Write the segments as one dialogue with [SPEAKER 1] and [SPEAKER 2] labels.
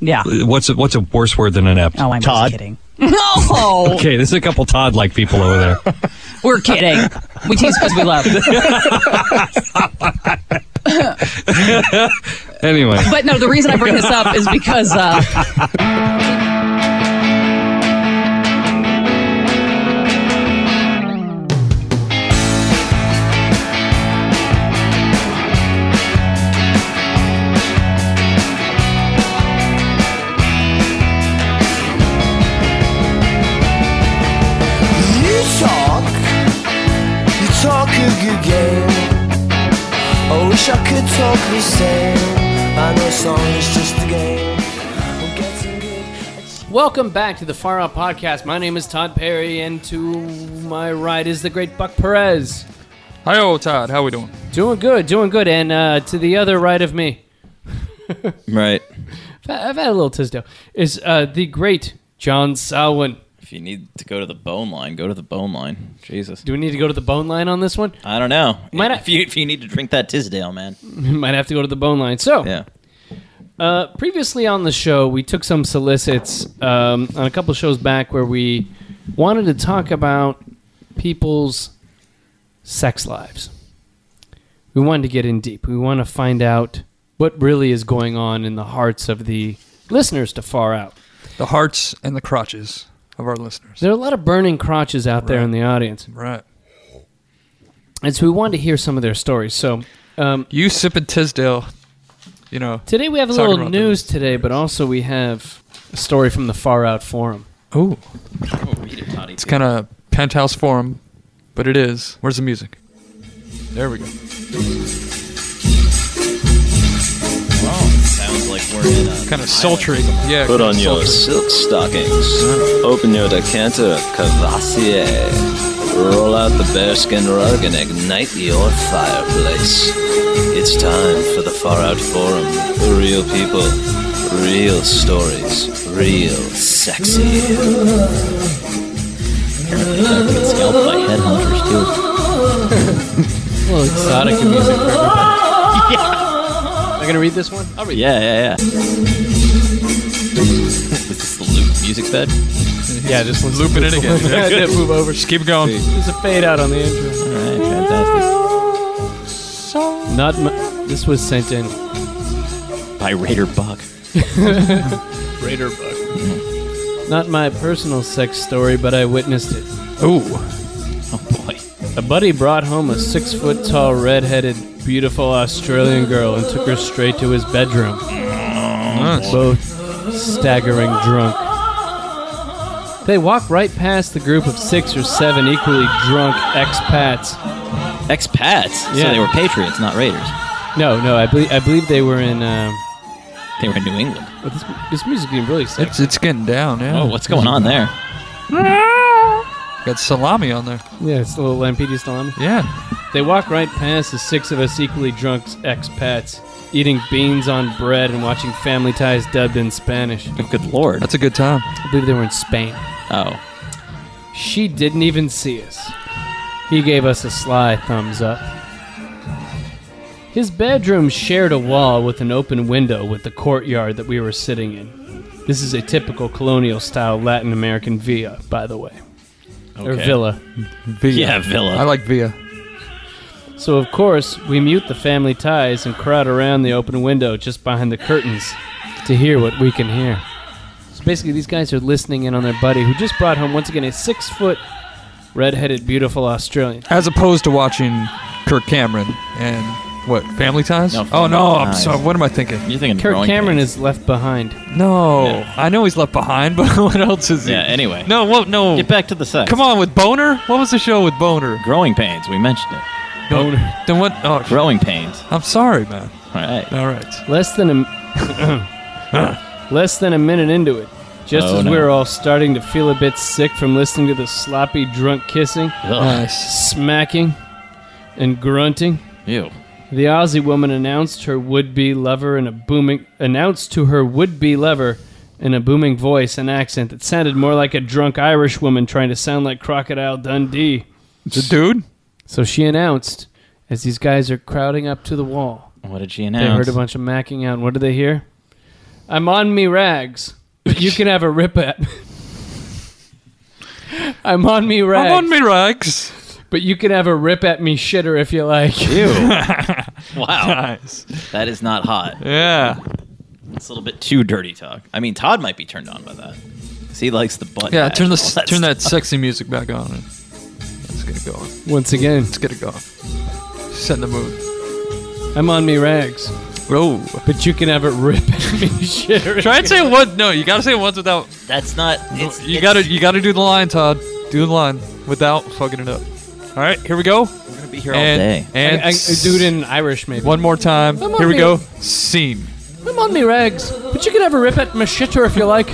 [SPEAKER 1] Yeah.
[SPEAKER 2] What's a, what's a worse word than inept?
[SPEAKER 1] Oh, I'm
[SPEAKER 3] Todd.
[SPEAKER 1] just kidding. No,
[SPEAKER 2] Okay, there's a couple Todd like people over there.
[SPEAKER 1] we're kidding. We tease because we love.
[SPEAKER 2] Anyway,
[SPEAKER 1] But no, the reason I bring this up is because uh,
[SPEAKER 4] You talk, you talk a good game. I wish I could talk the same. I know song is just a game. I'm getting good.
[SPEAKER 5] Welcome back to the Far Out Podcast. My name is Todd Perry, and to my right is the great Buck Perez.
[SPEAKER 6] Hi, old Todd. How we doing?
[SPEAKER 5] Doing good, doing good. And uh, to the other right of me,
[SPEAKER 7] Right.
[SPEAKER 5] I've had- I've had a little Tisdale, is uh, the great John Salwin.
[SPEAKER 7] If you need to go to the bone line, go to the bone line. Jesus.
[SPEAKER 5] Do we need to go to the bone line on this one?
[SPEAKER 7] I don't know.
[SPEAKER 5] Might I-
[SPEAKER 7] if you if you need to drink that Tisdale, man.
[SPEAKER 5] Might have to go to the bone line. So,
[SPEAKER 7] Yeah.
[SPEAKER 5] Uh, previously on the show, we took some solicits um, on a couple shows back where we wanted to talk about people's sex lives. We wanted to get in deep. We want to find out what really is going on in the hearts of the listeners to Far Out.
[SPEAKER 6] The hearts and the crotches of our listeners.
[SPEAKER 5] There are a lot of burning crotches out there in the audience,
[SPEAKER 6] Right.
[SPEAKER 5] and so we wanted to hear some of their stories. So um,
[SPEAKER 6] You sipping Tisdale, you know.
[SPEAKER 5] today we have a
[SPEAKER 6] Talking
[SPEAKER 5] little
[SPEAKER 6] about the-
[SPEAKER 5] news today, but also we have a story from the Far Out Forum.
[SPEAKER 6] Ooh,
[SPEAKER 7] Read it, Toddy.
[SPEAKER 6] it's kind of penthouse form, but it is. Where's the music? There we go.
[SPEAKER 7] Oh, sounds like we're in a
[SPEAKER 6] Kind of sultry. Yeah.
[SPEAKER 8] Put
[SPEAKER 6] kinda
[SPEAKER 8] on your silk
[SPEAKER 6] sultry.
[SPEAKER 8] stockings, open your decanter of Cavassier, roll out the bearskin rug, and ignite your fireplace. It's time for the Far Out Forum. Real people, real stories, real sexy.
[SPEAKER 7] Apparently, I've been scalped by headhunters too.
[SPEAKER 5] A little exotic music for everybody. Am I gonna read this one? I'll read.
[SPEAKER 7] Yeah, yeah, yeah. Is this the loop music bed?
[SPEAKER 5] Yeah, just listen.
[SPEAKER 6] Looping it again. Yeah.
[SPEAKER 5] move over.
[SPEAKER 6] Just keep going.
[SPEAKER 5] There's a fade out on the intro.
[SPEAKER 7] All right, fantastic.
[SPEAKER 5] Not. M- this was sent in.
[SPEAKER 7] By Raider Buck.
[SPEAKER 5] Raider bug. Not my personal sex story, but I witnessed it.
[SPEAKER 6] Ooh.
[SPEAKER 7] Oh boy.
[SPEAKER 5] A buddy brought home a six foot tall, red headed, beautiful Australian girl and took her straight to his bedroom. Both staggering drunk. They walked right past the group of six or seven equally drunk expats.
[SPEAKER 7] Expats.
[SPEAKER 5] Yeah.
[SPEAKER 7] So they were patriots, not raiders.
[SPEAKER 5] No, no, I believe I believe they were in. Um,
[SPEAKER 7] They were in New England.
[SPEAKER 5] oh, this, this music being really sick.
[SPEAKER 6] It's it's getting down. Yeah.
[SPEAKER 7] Oh, what's going on there?
[SPEAKER 6] Got salami on there.
[SPEAKER 5] Yeah, it's a little Lampedia Storm.
[SPEAKER 6] Yeah.
[SPEAKER 5] They walk right past the six of us equally drunk expats, eating beans on bread and watching Family Ties dubbed in Spanish.
[SPEAKER 7] Oh, good lord.
[SPEAKER 6] That's a good time.
[SPEAKER 5] I believe they were in Spain.
[SPEAKER 7] Oh.
[SPEAKER 5] She didn't even see us. He gave us a sly thumbs up. His bedroom shared a wall with an open window with the courtyard that we were sitting in. This is a typical colonial style Latin American villa, by the way, or
[SPEAKER 7] Okay.
[SPEAKER 5] villa.
[SPEAKER 6] Via.
[SPEAKER 7] Yeah, villa.
[SPEAKER 6] I like Via.
[SPEAKER 5] So, of course, we mute the family ties and crowd around the open window just behind the curtains to hear what we can hear. So, basically, these guys are listening in on their buddy who just brought home, once again, a six foot, red headed, beautiful Australian.
[SPEAKER 6] As opposed to watching Kirk Cameron and what Family Ties?
[SPEAKER 7] No,
[SPEAKER 6] oh
[SPEAKER 7] Family
[SPEAKER 6] no, I'm
[SPEAKER 7] Ties.
[SPEAKER 6] sorry. What am I thinking?
[SPEAKER 7] You're thinking
[SPEAKER 5] Kirk
[SPEAKER 7] growing
[SPEAKER 5] Cameron
[SPEAKER 7] pains.
[SPEAKER 5] is left behind.
[SPEAKER 6] No,
[SPEAKER 7] Yeah.
[SPEAKER 6] I know he's left behind, but what else is he?
[SPEAKER 7] Yeah, anyway.
[SPEAKER 6] No, what? No.
[SPEAKER 7] Get back to the sex.
[SPEAKER 6] Come on, with Boner. What was the show with Boner?
[SPEAKER 7] Growing pains. We mentioned it.
[SPEAKER 6] Boner. Then what? Oh, sh-
[SPEAKER 7] Growing pains.
[SPEAKER 6] I'm sorry, man.
[SPEAKER 7] All right.
[SPEAKER 6] All right.
[SPEAKER 5] Less than a, less than a minute into it, just
[SPEAKER 7] Oh,
[SPEAKER 5] as
[SPEAKER 7] no.
[SPEAKER 5] we were all starting to feel a bit sick from listening to the sloppy, drunk kissing,
[SPEAKER 6] Nice.
[SPEAKER 5] smacking, and grunting.
[SPEAKER 7] Ew.
[SPEAKER 5] The Aussie woman announced her would-be lover in a booming announced to her would-be lover in a booming voice and accent that sounded more like a drunk Irish woman trying to sound like Crocodile Dundee.
[SPEAKER 6] The dude.
[SPEAKER 5] So she announced, as these guys are crowding up to the wall,
[SPEAKER 7] What did she
[SPEAKER 5] they
[SPEAKER 7] announce?
[SPEAKER 5] heard a bunch of macking out. What did they hear? I'm on me rags. You can have a rip at. I'm on me rags.
[SPEAKER 6] I'm on me rags.
[SPEAKER 5] But you can have a rip at me shitter if you like.
[SPEAKER 7] Wow,
[SPEAKER 6] Nice.
[SPEAKER 7] that is not hot.
[SPEAKER 6] Yeah.
[SPEAKER 7] It's a little bit too dirty talk. I mean, Todd might be turned on by that 'cause he likes the butt.
[SPEAKER 6] Yeah,
[SPEAKER 7] patch
[SPEAKER 6] turn
[SPEAKER 7] and
[SPEAKER 6] the
[SPEAKER 7] all that
[SPEAKER 6] turn
[SPEAKER 7] stuff.
[SPEAKER 6] that sexy music back on. Let's get it going.
[SPEAKER 5] Once again,
[SPEAKER 6] Let's get it going. Set the mood.
[SPEAKER 5] I'm on me rags.
[SPEAKER 6] Bro.
[SPEAKER 5] But you can have a rip at me shitter.
[SPEAKER 6] Try and say what? No, you gotta say once without.
[SPEAKER 7] That's not. It's,
[SPEAKER 6] You
[SPEAKER 7] it's-
[SPEAKER 6] gotta you gotta do the line, Todd. Do the line without fucking it up. All right, here we go.
[SPEAKER 7] We're gonna be here
[SPEAKER 6] and,
[SPEAKER 7] all day.
[SPEAKER 6] And
[SPEAKER 5] I, I do it uh, in Irish, maybe.
[SPEAKER 6] one more time.
[SPEAKER 5] Come on,
[SPEAKER 6] Here we
[SPEAKER 5] babe.
[SPEAKER 6] go. Scene.
[SPEAKER 5] I'm on me rags, but you can have a rip at my shitter if you like.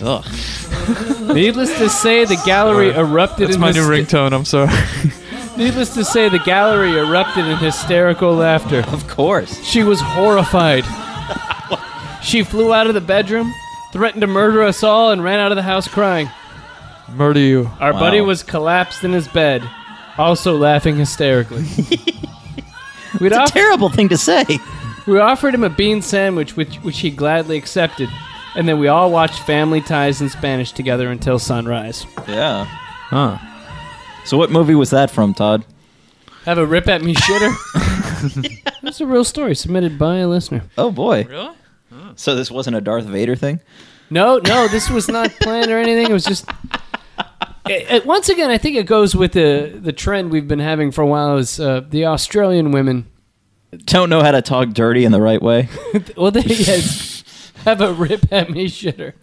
[SPEAKER 7] Ugh.
[SPEAKER 5] Needless to say, the gallery erupted
[SPEAKER 6] That's
[SPEAKER 5] in
[SPEAKER 6] my new
[SPEAKER 5] hyster-
[SPEAKER 6] ringtone. I'm sorry.
[SPEAKER 5] Needless to say, the gallery erupted in hysterical laughter.
[SPEAKER 7] Of course.
[SPEAKER 5] She was horrified. she flew out of the bedroom, threatened to murder us all, and ran out of the house crying.
[SPEAKER 6] Murder you.
[SPEAKER 5] Our buddy
[SPEAKER 7] Wow.
[SPEAKER 5] was collapsed in his bed, also laughing hysterically. We'd
[SPEAKER 7] It's a
[SPEAKER 5] off-
[SPEAKER 7] terrible thing to say.
[SPEAKER 5] we offered him a bean sandwich, which, which he gladly accepted, and then we all watched Family Ties in Spanish together until sunrise.
[SPEAKER 7] Yeah. Huh. So what movie was that from, Todd?
[SPEAKER 5] Have a rip at me shitter. That's a real story submitted by a listener.
[SPEAKER 7] Oh boy. Really? So this wasn't a Darth Vader thing?
[SPEAKER 5] No, no, this was not planned or anything. It was just. It, it- once again, I think it goes with the the trend we've been having for a while is uh, the Australian women.
[SPEAKER 7] Don't know how to talk dirty in the right way.
[SPEAKER 5] Well, they yes, have a rip at me shitter.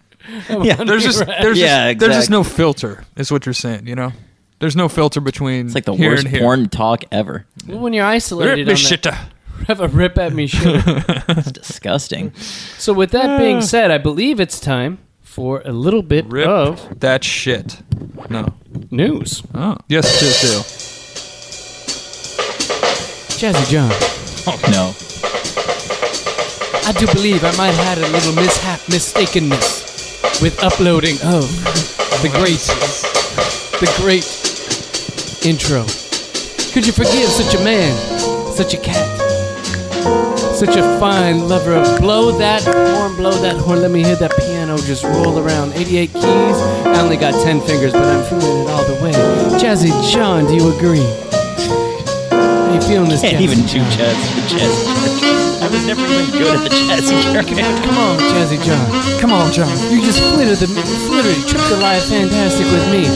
[SPEAKER 7] Yeah,
[SPEAKER 6] There's just there's
[SPEAKER 7] Yeah,
[SPEAKER 6] just, there's just
[SPEAKER 7] exactly.
[SPEAKER 6] no filter. Is what you're saying. You know. There's no filter between.
[SPEAKER 7] It's like the
[SPEAKER 6] here
[SPEAKER 7] worst
[SPEAKER 6] and here.
[SPEAKER 7] porn talk ever.
[SPEAKER 5] Well, when you're isolated, on that,
[SPEAKER 6] Rip-me-shitta.
[SPEAKER 5] have a rip at me shitter.
[SPEAKER 7] It's disgusting.
[SPEAKER 5] So, with that being said, I believe it's time for a little bit
[SPEAKER 6] Rip
[SPEAKER 5] of
[SPEAKER 6] that shit. No.
[SPEAKER 5] news.
[SPEAKER 6] Oh. Yes, please
[SPEAKER 5] Jazzy John,
[SPEAKER 7] no.
[SPEAKER 5] I do believe I might have had a little mishap, mistakenness with uploading of the great
[SPEAKER 6] do.
[SPEAKER 5] the great intro. Could you forgive such a man, such a cat, such a fine lover of blow that horn, blow that horn? Let me hear that piano just roll around. 88 keys. I only got 10 fingers, but I'm feeling it all the way. Jazzy John, do you agree? How you feeling this?
[SPEAKER 7] Can't
[SPEAKER 5] Jazzy
[SPEAKER 7] even do
[SPEAKER 5] John?
[SPEAKER 7] chess. chess. I was never even good at the chess character.
[SPEAKER 5] Come on, Jazzy John.
[SPEAKER 6] Come on, John.
[SPEAKER 5] You just flitter the flittery, trip the life fantastic with me.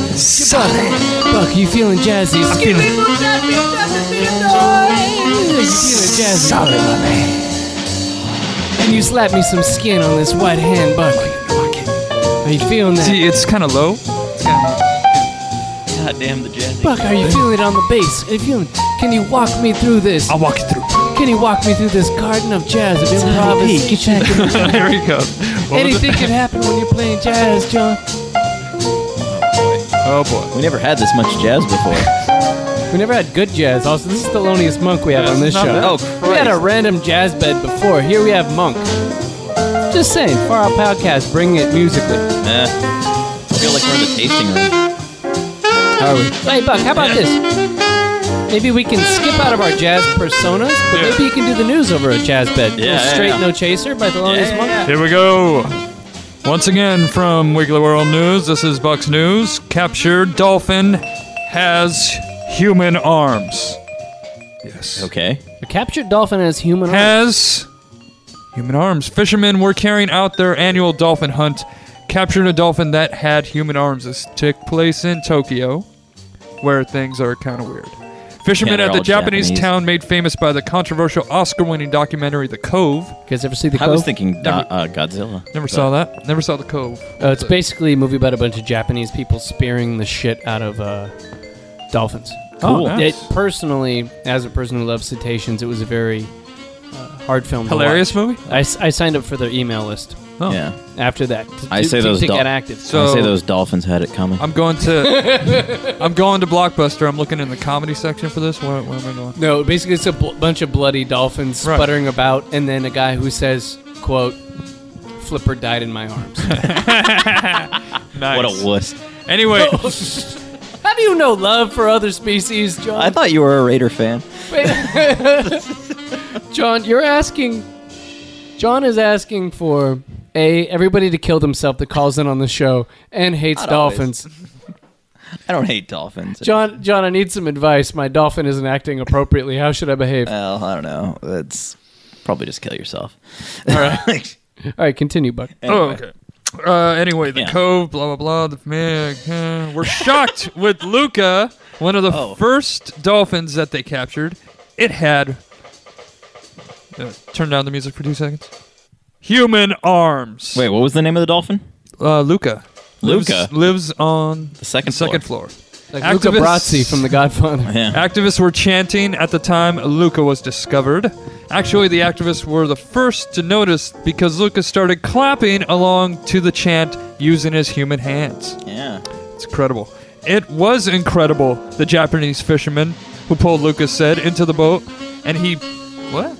[SPEAKER 5] Buck, Buck, you feeling jazzy? I'm feeling. You feeling jazzy? And you slap me some skin on this white hand, Buck. Are you feeling that?
[SPEAKER 6] See, it's kind of low.
[SPEAKER 7] God damn the jazz.
[SPEAKER 5] Buck, are
[SPEAKER 6] eh?
[SPEAKER 5] you feeling it on the bass? Are you feeling? Can you walk me through this?
[SPEAKER 6] I'll walk you through.
[SPEAKER 5] Can you walk me through this garden of jazz of improv? and sneaky check?
[SPEAKER 6] there we go. What was
[SPEAKER 5] Anything
[SPEAKER 6] it?
[SPEAKER 5] can happen when you're playing jazz, John.
[SPEAKER 6] Oh boy.
[SPEAKER 7] We never had this much jazz before.
[SPEAKER 5] We never had good jazz. Also, this is the loneliest monk we have on this show.
[SPEAKER 6] not bad.
[SPEAKER 7] Oh,
[SPEAKER 5] we had a
[SPEAKER 7] Christ.
[SPEAKER 5] random jazz bed before. Here we have monk. Just saying, for our podcast, bringing it musically.
[SPEAKER 7] Eh. I feel like we're in the tasting room.
[SPEAKER 5] How are we? Hey, Buck, how about this? Maybe we can skip out of our jazz personas, but maybe you can do the news over a jazz bed.
[SPEAKER 7] Yeah, yeah,
[SPEAKER 5] straight
[SPEAKER 7] yeah.
[SPEAKER 5] no chaser by the loneliest monk.
[SPEAKER 6] Here we go. Once again from Wiggler World News, this is Bucks News. Captured dolphin has human arms. Yes.
[SPEAKER 7] Okay.
[SPEAKER 5] A captured dolphin has human arms.
[SPEAKER 6] Has human arms. Fishermen were carrying out their annual dolphin hunt, captured a dolphin that had human arms. This took place in Tokyo, where things are kind of weird. Fishermen
[SPEAKER 7] Yeah, they're
[SPEAKER 6] at the
[SPEAKER 7] all
[SPEAKER 6] Japanese,
[SPEAKER 7] Japanese.
[SPEAKER 6] town made famous by the controversial Oscar winning documentary The Cove.
[SPEAKER 5] You guys ever see the
[SPEAKER 7] I was
[SPEAKER 5] Cove?
[SPEAKER 7] thinking do- uh, Godzilla.
[SPEAKER 6] Never saw that. Never saw The Cove.
[SPEAKER 5] Uh, it's basically a movie about a bunch of Japanese people spearing the shit out of uh, dolphins.
[SPEAKER 6] Cool.
[SPEAKER 5] It personally, as a person who loves cetaceans, it was a very uh, hard film. to
[SPEAKER 6] Hilarious
[SPEAKER 5] watch.
[SPEAKER 6] movie?
[SPEAKER 5] I, s- I signed up for their email list
[SPEAKER 6] Oh.
[SPEAKER 7] Yeah.
[SPEAKER 5] after that. To,
[SPEAKER 7] I
[SPEAKER 5] to-
[SPEAKER 7] say
[SPEAKER 5] to,
[SPEAKER 7] those
[SPEAKER 5] to get
[SPEAKER 7] dol-
[SPEAKER 5] active.
[SPEAKER 6] So
[SPEAKER 7] I say those dolphins had it coming.
[SPEAKER 6] I'm going to I'm going to Blockbuster. I'm looking in the comedy section for this. Where, where am I going?
[SPEAKER 5] No, basically it's a bl- bunch of bloody dolphins
[SPEAKER 6] Right.
[SPEAKER 5] sputtering about, and then a guy who says, "quote Flipper died in my arms."
[SPEAKER 6] Nice.
[SPEAKER 7] What a wuss.
[SPEAKER 6] Anyway,
[SPEAKER 5] How do you know love for other species, John?
[SPEAKER 7] I thought you were a Raider fan.
[SPEAKER 5] John, you're asking. John is asking for a everybody to kill themselves that calls in on the show and hates
[SPEAKER 7] Not always.
[SPEAKER 5] dolphins.
[SPEAKER 7] I don't hate dolphins.
[SPEAKER 5] John, John, I need some advice. My dolphin isn't acting appropriately. How should I behave?
[SPEAKER 6] Uh,
[SPEAKER 5] All
[SPEAKER 7] Well, I don't know. That's probably just kill yourself.
[SPEAKER 5] right, all right, continue, Buck.
[SPEAKER 6] Oh, okay. Uh, anyway, the
[SPEAKER 7] Yeah.
[SPEAKER 6] cove, blah blah blah. The man, uh, we're shocked with Luca, one of the
[SPEAKER 7] Oh.
[SPEAKER 6] first dolphins that they captured. It had. Uh, turn down the music for two seconds. Human arms.
[SPEAKER 7] Wait, what was the name of the dolphin?
[SPEAKER 6] uh, Luca. Lives-
[SPEAKER 7] Luca.
[SPEAKER 6] lives on the
[SPEAKER 7] second
[SPEAKER 6] second floor.
[SPEAKER 5] Like Luca
[SPEAKER 6] Activists-
[SPEAKER 5] Brazzi from The Godfather.
[SPEAKER 7] Yeah.
[SPEAKER 6] Activists were chanting at the time Luca was discovered. Actually, the activists were the first to notice because Luca started clapping along to the chant using his human hands.
[SPEAKER 7] Yeah.
[SPEAKER 6] It's incredible. It was incredible, the Japanese fisherman who pulled Lucas said into the boat, and he. What?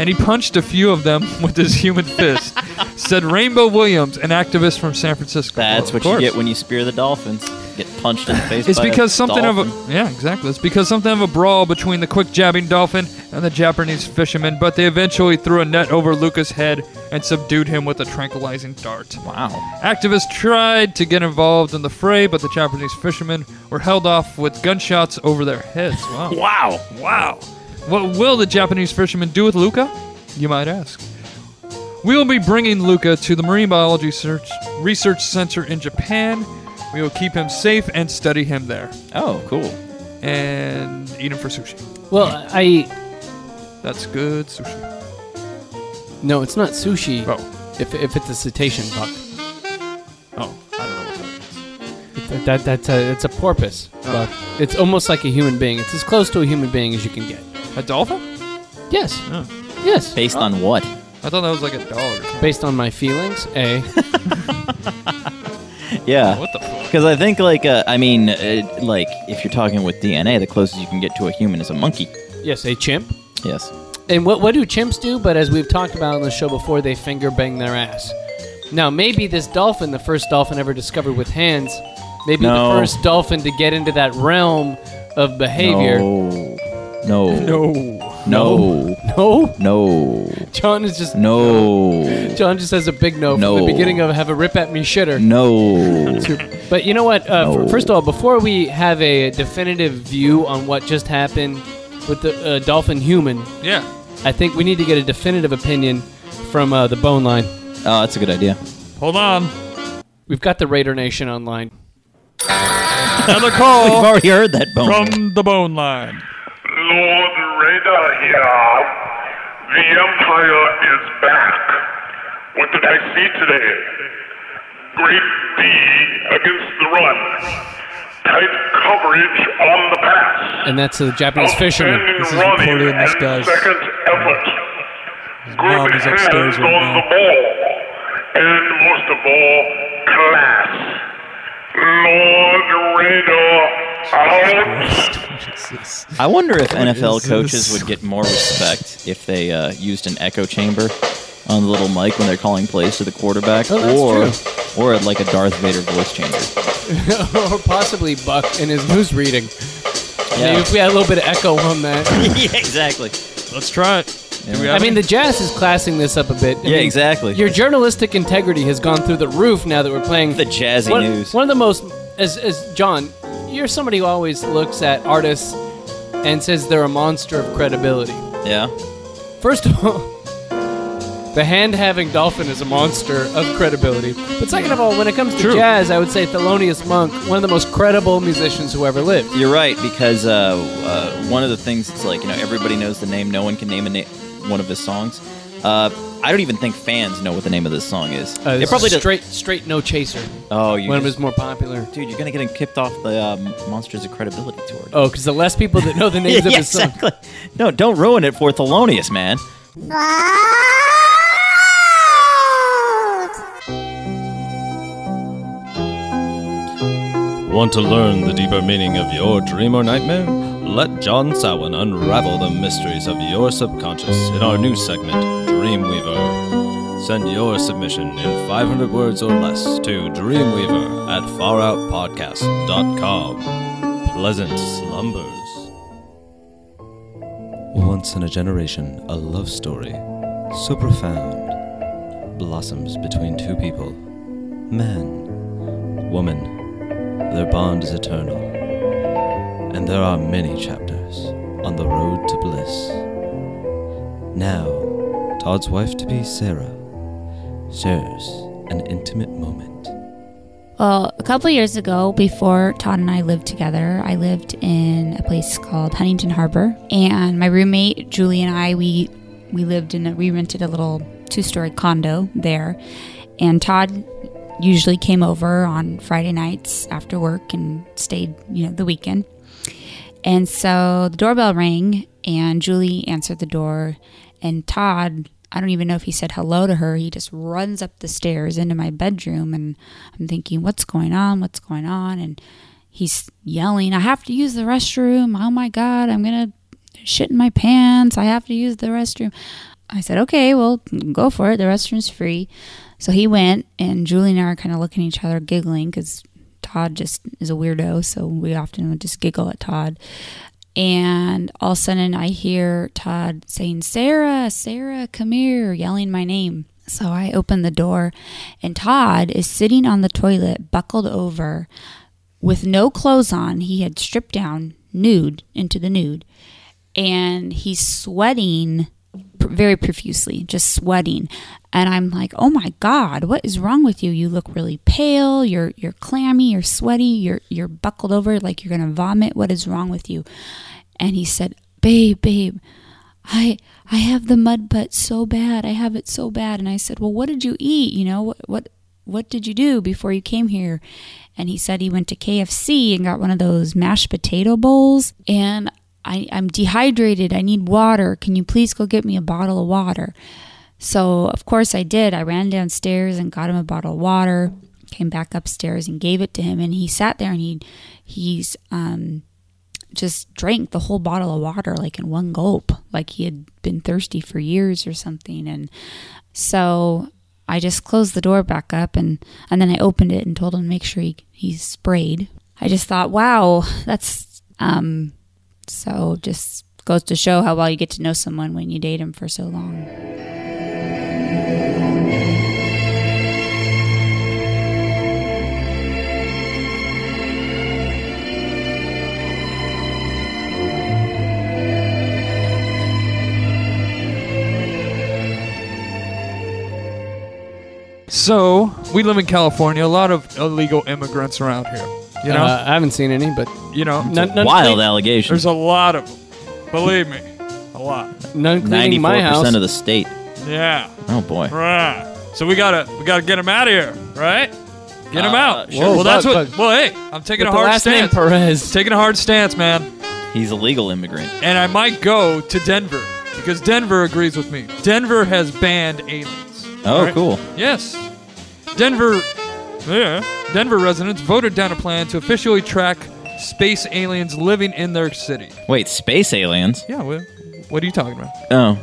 [SPEAKER 6] And he punched a few of them with his human fist, said Rainbow Williams, an activist from San Francisco.
[SPEAKER 7] That's
[SPEAKER 6] Of
[SPEAKER 7] what you
[SPEAKER 6] course.
[SPEAKER 7] get when you spear the dolphins. Get punched in the face.
[SPEAKER 6] It's
[SPEAKER 7] by a
[SPEAKER 6] because something
[SPEAKER 7] dolphin.
[SPEAKER 6] of a yeah, exactly. It's because something of a brawl between the quick jabbing dolphin and the Japanese fisherman, but they eventually threw a net over Luca's head and subdued him with a tranquilizing dart.
[SPEAKER 7] wow.
[SPEAKER 6] Activists tried to get involved in the fray, but the Japanese fishermen were held off with gunshots over their heads. Wow.
[SPEAKER 7] Wow.
[SPEAKER 6] Wow. What will the Japanese fishermen do with Luca? You might ask. We will be bringing Luca to the Marine Biology Search Research Center in Japan. We will keep him safe and study him there
[SPEAKER 7] Oh, cool.
[SPEAKER 6] and eat him for sushi.
[SPEAKER 5] Well, I
[SPEAKER 6] That's good sushi.
[SPEAKER 5] no, it's not sushi.
[SPEAKER 6] Oh.
[SPEAKER 5] If, if it's a cetacean, Buck,
[SPEAKER 6] Oh, I don't know what that is.
[SPEAKER 5] that,
[SPEAKER 6] Oh.
[SPEAKER 5] that that's a it's a porpoise. Buck. It's almost like a human being. It's as close to a human being as you can get.
[SPEAKER 6] A dolphin?
[SPEAKER 5] Yes,
[SPEAKER 6] Oh.
[SPEAKER 5] yes.
[SPEAKER 7] Based on what?
[SPEAKER 6] I thought that was like a dog. or something.
[SPEAKER 5] Based on my feelings, a
[SPEAKER 7] Yeah.
[SPEAKER 6] What the fuck?
[SPEAKER 7] Because I think, like, uh, I mean, uh, like, if you're talking with DNA, the closest you can get to a human is a monkey.
[SPEAKER 5] yes, a chimp.
[SPEAKER 7] Yes.
[SPEAKER 5] And what, what do chimps do? But as we've talked about on the show before, they finger bang their ass. Now, maybe this dolphin, the first dolphin ever discovered with hands, maybe
[SPEAKER 7] No.
[SPEAKER 5] the first dolphin to get into that realm of behavior.
[SPEAKER 7] Oh. No. No.
[SPEAKER 6] No.
[SPEAKER 7] No.
[SPEAKER 5] No.
[SPEAKER 7] No.
[SPEAKER 5] John is just.
[SPEAKER 7] No.
[SPEAKER 5] John just has a big no,
[SPEAKER 7] No.
[SPEAKER 5] from the beginning of "Have a Rip at Me Shitter."
[SPEAKER 7] No.
[SPEAKER 5] But you know what? Uh,
[SPEAKER 7] No.
[SPEAKER 5] f- first of all, before we have a definitive view on what just happened with the uh, dolphin human,
[SPEAKER 6] Yeah.
[SPEAKER 5] I think we need to get a definitive opinion from uh, the Bone Line.
[SPEAKER 7] Oh, that's a good idea.
[SPEAKER 6] Hold on.
[SPEAKER 5] We've got the Raider Nation online.
[SPEAKER 6] Another
[SPEAKER 7] I've
[SPEAKER 6] call
[SPEAKER 7] already heard that bone.
[SPEAKER 6] from the bone line.
[SPEAKER 3] Lord Raider here. The Empire is back. What did I see today? Great D against the run. Tight coverage on the pass.
[SPEAKER 5] And that's the Japanese fisherman.
[SPEAKER 6] This is recorded in this guy's-
[SPEAKER 3] Second effort.
[SPEAKER 6] mom
[SPEAKER 3] Good
[SPEAKER 6] is
[SPEAKER 3] hands
[SPEAKER 6] upstairs right
[SPEAKER 3] on
[SPEAKER 6] now.
[SPEAKER 3] the ball. And most of all, class. Lord Raider out.
[SPEAKER 7] I wonder if NFL
[SPEAKER 6] is
[SPEAKER 7] coaches
[SPEAKER 6] this?
[SPEAKER 7] would get more respect if they uh, used an echo chamber on the little mic when they're calling plays to the quarterback,
[SPEAKER 5] Oh, that's
[SPEAKER 7] or or like a Darth Vader voice changer.
[SPEAKER 5] or possibly Buck in his news reading. Maybe if we had a little bit of echo on that.
[SPEAKER 7] yeah, exactly.
[SPEAKER 6] Let's try it. Do we
[SPEAKER 5] I
[SPEAKER 6] have
[SPEAKER 5] mean,
[SPEAKER 6] it?
[SPEAKER 5] the jazz is classing this up a bit. I
[SPEAKER 7] Yeah,
[SPEAKER 5] mean,
[SPEAKER 7] exactly.
[SPEAKER 5] Your journalistic integrity has gone through the roof now that we're playing
[SPEAKER 7] the jazzy
[SPEAKER 5] one,
[SPEAKER 7] news.
[SPEAKER 5] One of the most, as, as John, you're somebody who always looks at artists and says they're a monster of credibility.
[SPEAKER 7] Yeah,
[SPEAKER 5] First of all, the hand having dolphin is a monster of credibility. But second of all, when it comes to
[SPEAKER 6] True.
[SPEAKER 5] jazz, I would say Thelonious Monk, one of the most credible musicians who ever lived.
[SPEAKER 7] you're right because uh, uh, one of the things it's like you know everybody knows the name, no one can name a na- one of his songs. Uh, I don't even think fans know what the name of Oh, this song is.
[SPEAKER 5] Uh,
[SPEAKER 7] They
[SPEAKER 5] it's
[SPEAKER 7] probably does-
[SPEAKER 5] straight, straight no chaser.
[SPEAKER 7] Oh, you
[SPEAKER 5] when it was
[SPEAKER 7] just-
[SPEAKER 5] more popular.
[SPEAKER 7] dude, you're gonna get him kicked off the um, Monsters of Credibility tour. dude.
[SPEAKER 5] Oh, because the less people that know the names of
[SPEAKER 7] yeah,
[SPEAKER 5] his son.
[SPEAKER 7] exactly. No, don't ruin it for Thelonious, man.
[SPEAKER 9] Want to learn the deeper meaning of your dream or nightmare? Let John Sowen unravel the mysteries of your subconscious in our new segment, Dreamweaver. Send your submission in 500 words or less to Dreamweaver at faroutpodcast.com. Pleasant slumbers. Once in a generation, a love story so profound blossoms between two people man, woman. Their bond is eternal. And there are many chapters on the road to bliss. Now, Todd's wife to be Sarah shares an intimate moment.
[SPEAKER 10] Well, a couple years ago, before Todd and I lived together, I lived in a place called Huntington Harbor, and my roommate Julie and I we we lived in a we rented a little two story condo there, and Todd usually came over on Friday nights after work and stayed you know the weekend, and so the doorbell rang and Julie answered the door, and Todd. I don't even know if he said hello to her. He just runs up the stairs into my bedroom and I'm thinking, what's going on? What's going on? And he's yelling, I have to use the restroom. Oh my God, I'm going to shit in my pants. I have to use the restroom. I said, okay, well, go for it. The restroom's free. So he went, and Julie and I are kind of looking at each other, giggling because Todd just is a weirdo. So we often would just giggle at Todd. And all of a sudden, I hear Todd saying, Sarah, Sarah, come here, yelling my name. So I open the door, and Todd is sitting on the toilet, buckled over, with no clothes on. He had stripped down, nude, into the nude. And he's sweating pr- very profusely, just sweating. And I'm like, oh my God, what is wrong with you? You look really pale. You're, you're clammy. You're sweaty. You're, you're buckled over like you're going to vomit. What is wrong with you? And he said, babe, babe, I I have the mud butt so bad. I have it so bad. And I said, "Well, what did you eat? You know, what what what did you do before you came here?" And he said he went to KFC and got one of those mashed potato bowls and I, I'm dehydrated. I need water. Can you please go get me a bottle of water? So, of course, I did. I ran downstairs and got him a bottle of water, came back upstairs and gave it to him. And he sat there and he, he's, um, just drank the whole bottle of water like in one gulp, like he had been thirsty for years or something. And so I just closed the door back up and, and then I opened it and told him to make sure he, he sprayed. I just thought, wow, that's um, so just goes to show how well you get to know someone when you date him for so long.
[SPEAKER 6] So we live in California. A lot of illegal immigrants around here. You know,
[SPEAKER 5] Uh, I haven't seen any, but
[SPEAKER 6] you know,
[SPEAKER 5] none, none
[SPEAKER 7] Wild
[SPEAKER 5] clean-
[SPEAKER 7] allegations.
[SPEAKER 6] there's a lot of them. Believe me, a lot.
[SPEAKER 5] none cleaning
[SPEAKER 7] Ninety-four
[SPEAKER 5] my house.
[SPEAKER 7] percent of the state.
[SPEAKER 6] Yeah.
[SPEAKER 7] Oh boy.
[SPEAKER 6] Right. So we gotta we gotta get them out of here, right? Get them
[SPEAKER 7] Uh,
[SPEAKER 6] out.
[SPEAKER 7] sure.
[SPEAKER 6] well, that's
[SPEAKER 5] Bug,
[SPEAKER 6] what.
[SPEAKER 5] bug.
[SPEAKER 6] Well, hey, I'm taking
[SPEAKER 5] With the
[SPEAKER 6] a hard
[SPEAKER 5] last name
[SPEAKER 6] stance.
[SPEAKER 5] Perez.
[SPEAKER 6] taking a hard stance, man.
[SPEAKER 7] He's a legal immigrant.
[SPEAKER 6] And I might go to Denver because Denver agrees with me. Denver has banned aliens.
[SPEAKER 7] Oh,
[SPEAKER 6] Right?
[SPEAKER 7] cool.
[SPEAKER 6] Yes. Denver. Yeah. Denver residents voted down a plan to officially track space aliens living in their city.
[SPEAKER 7] Wait, space aliens?
[SPEAKER 6] Yeah. What, what are you talking about?
[SPEAKER 7] Oh,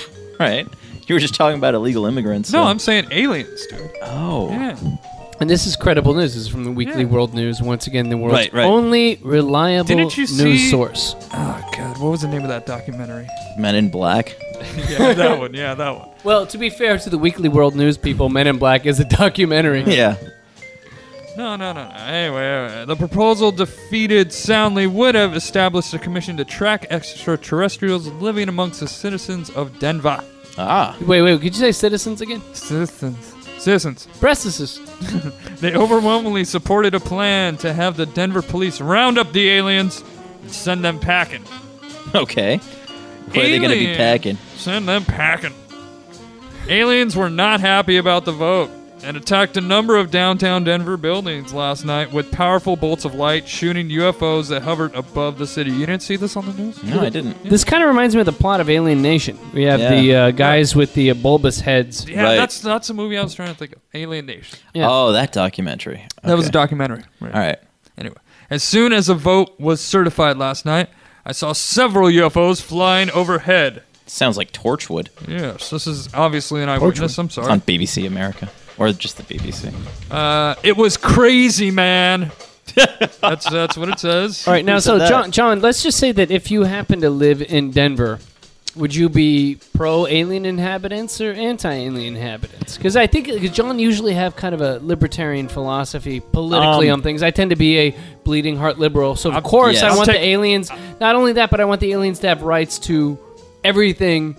[SPEAKER 7] right. You were just talking about illegal immigrants.
[SPEAKER 6] No,
[SPEAKER 7] so-
[SPEAKER 6] I'm saying aliens, dude.
[SPEAKER 7] Oh,
[SPEAKER 6] Yeah.
[SPEAKER 5] And this is credible news. This is from the Weekly
[SPEAKER 6] Yeah.
[SPEAKER 5] World News. Once again, the world's
[SPEAKER 7] Right, right.
[SPEAKER 5] only reliable
[SPEAKER 6] Didn't you
[SPEAKER 5] news
[SPEAKER 6] see-
[SPEAKER 5] source.
[SPEAKER 6] Oh God, what was the name of that documentary?
[SPEAKER 7] Men in Black.
[SPEAKER 6] Yeah, that one. Yeah, that one.
[SPEAKER 5] Well, to be fair to the Weekly World News people, Men in Black is a documentary.
[SPEAKER 7] Yeah.
[SPEAKER 6] No, no, no, no. Anyway, anyway, the proposal defeated soundly would have established a commission to track extraterrestrials living amongst the citizens of Denver.
[SPEAKER 7] Ah,
[SPEAKER 5] Wait, wait, could you say citizens again?
[SPEAKER 6] Citizens. Citizens.
[SPEAKER 5] Breastises.
[SPEAKER 6] They overwhelmingly supported a plan to have the Denver police round up the aliens and send them packing.
[SPEAKER 7] okay. Where are they going to be
[SPEAKER 6] Alien.
[SPEAKER 7] packing?
[SPEAKER 6] Send them packing. Aliens were not happy about the vote and attacked a number of downtown Denver buildings last night with powerful bolts of light shooting UFOs that hovered above the city. You didn't see this on the news?
[SPEAKER 7] No, I didn't.
[SPEAKER 5] This kind of reminds me of the plot of Alien Nation. We have
[SPEAKER 7] Yeah.
[SPEAKER 5] the uh, guys with the uh, bulbous heads.
[SPEAKER 6] Yeah,
[SPEAKER 7] Right.
[SPEAKER 6] that's that's a movie I was trying to think of. Alien Nation.
[SPEAKER 5] Yeah.
[SPEAKER 7] Oh, that documentary.
[SPEAKER 6] That was a
[SPEAKER 7] Okay.
[SPEAKER 6] documentary. Right.
[SPEAKER 7] All right.
[SPEAKER 6] Anyway, as soon as a vote was certified last night, I saw several UFOs flying overhead.
[SPEAKER 7] Sounds like Torchwood
[SPEAKER 6] Yes, this is obviously an eyewitness. I'm sorry.
[SPEAKER 7] on BBC America or just the BBC.
[SPEAKER 6] Uh, it was crazy, man. that's that's what it says.
[SPEAKER 5] All right, now,
[SPEAKER 7] Who said
[SPEAKER 5] so
[SPEAKER 7] that?
[SPEAKER 5] John, John, let's just say that if you happen to live in Denver Would you be pro alien inhabitants or anti alien inhabitants? Because I think 'cause John usually have kind of a libertarian philosophy politically
[SPEAKER 2] Um,
[SPEAKER 5] on things. I tend to be a bleeding heart liberal, so of course
[SPEAKER 7] yes.
[SPEAKER 5] I
[SPEAKER 7] I'll
[SPEAKER 5] want
[SPEAKER 6] take-
[SPEAKER 5] the aliens. Not only that, but I want the aliens to have rights to everything,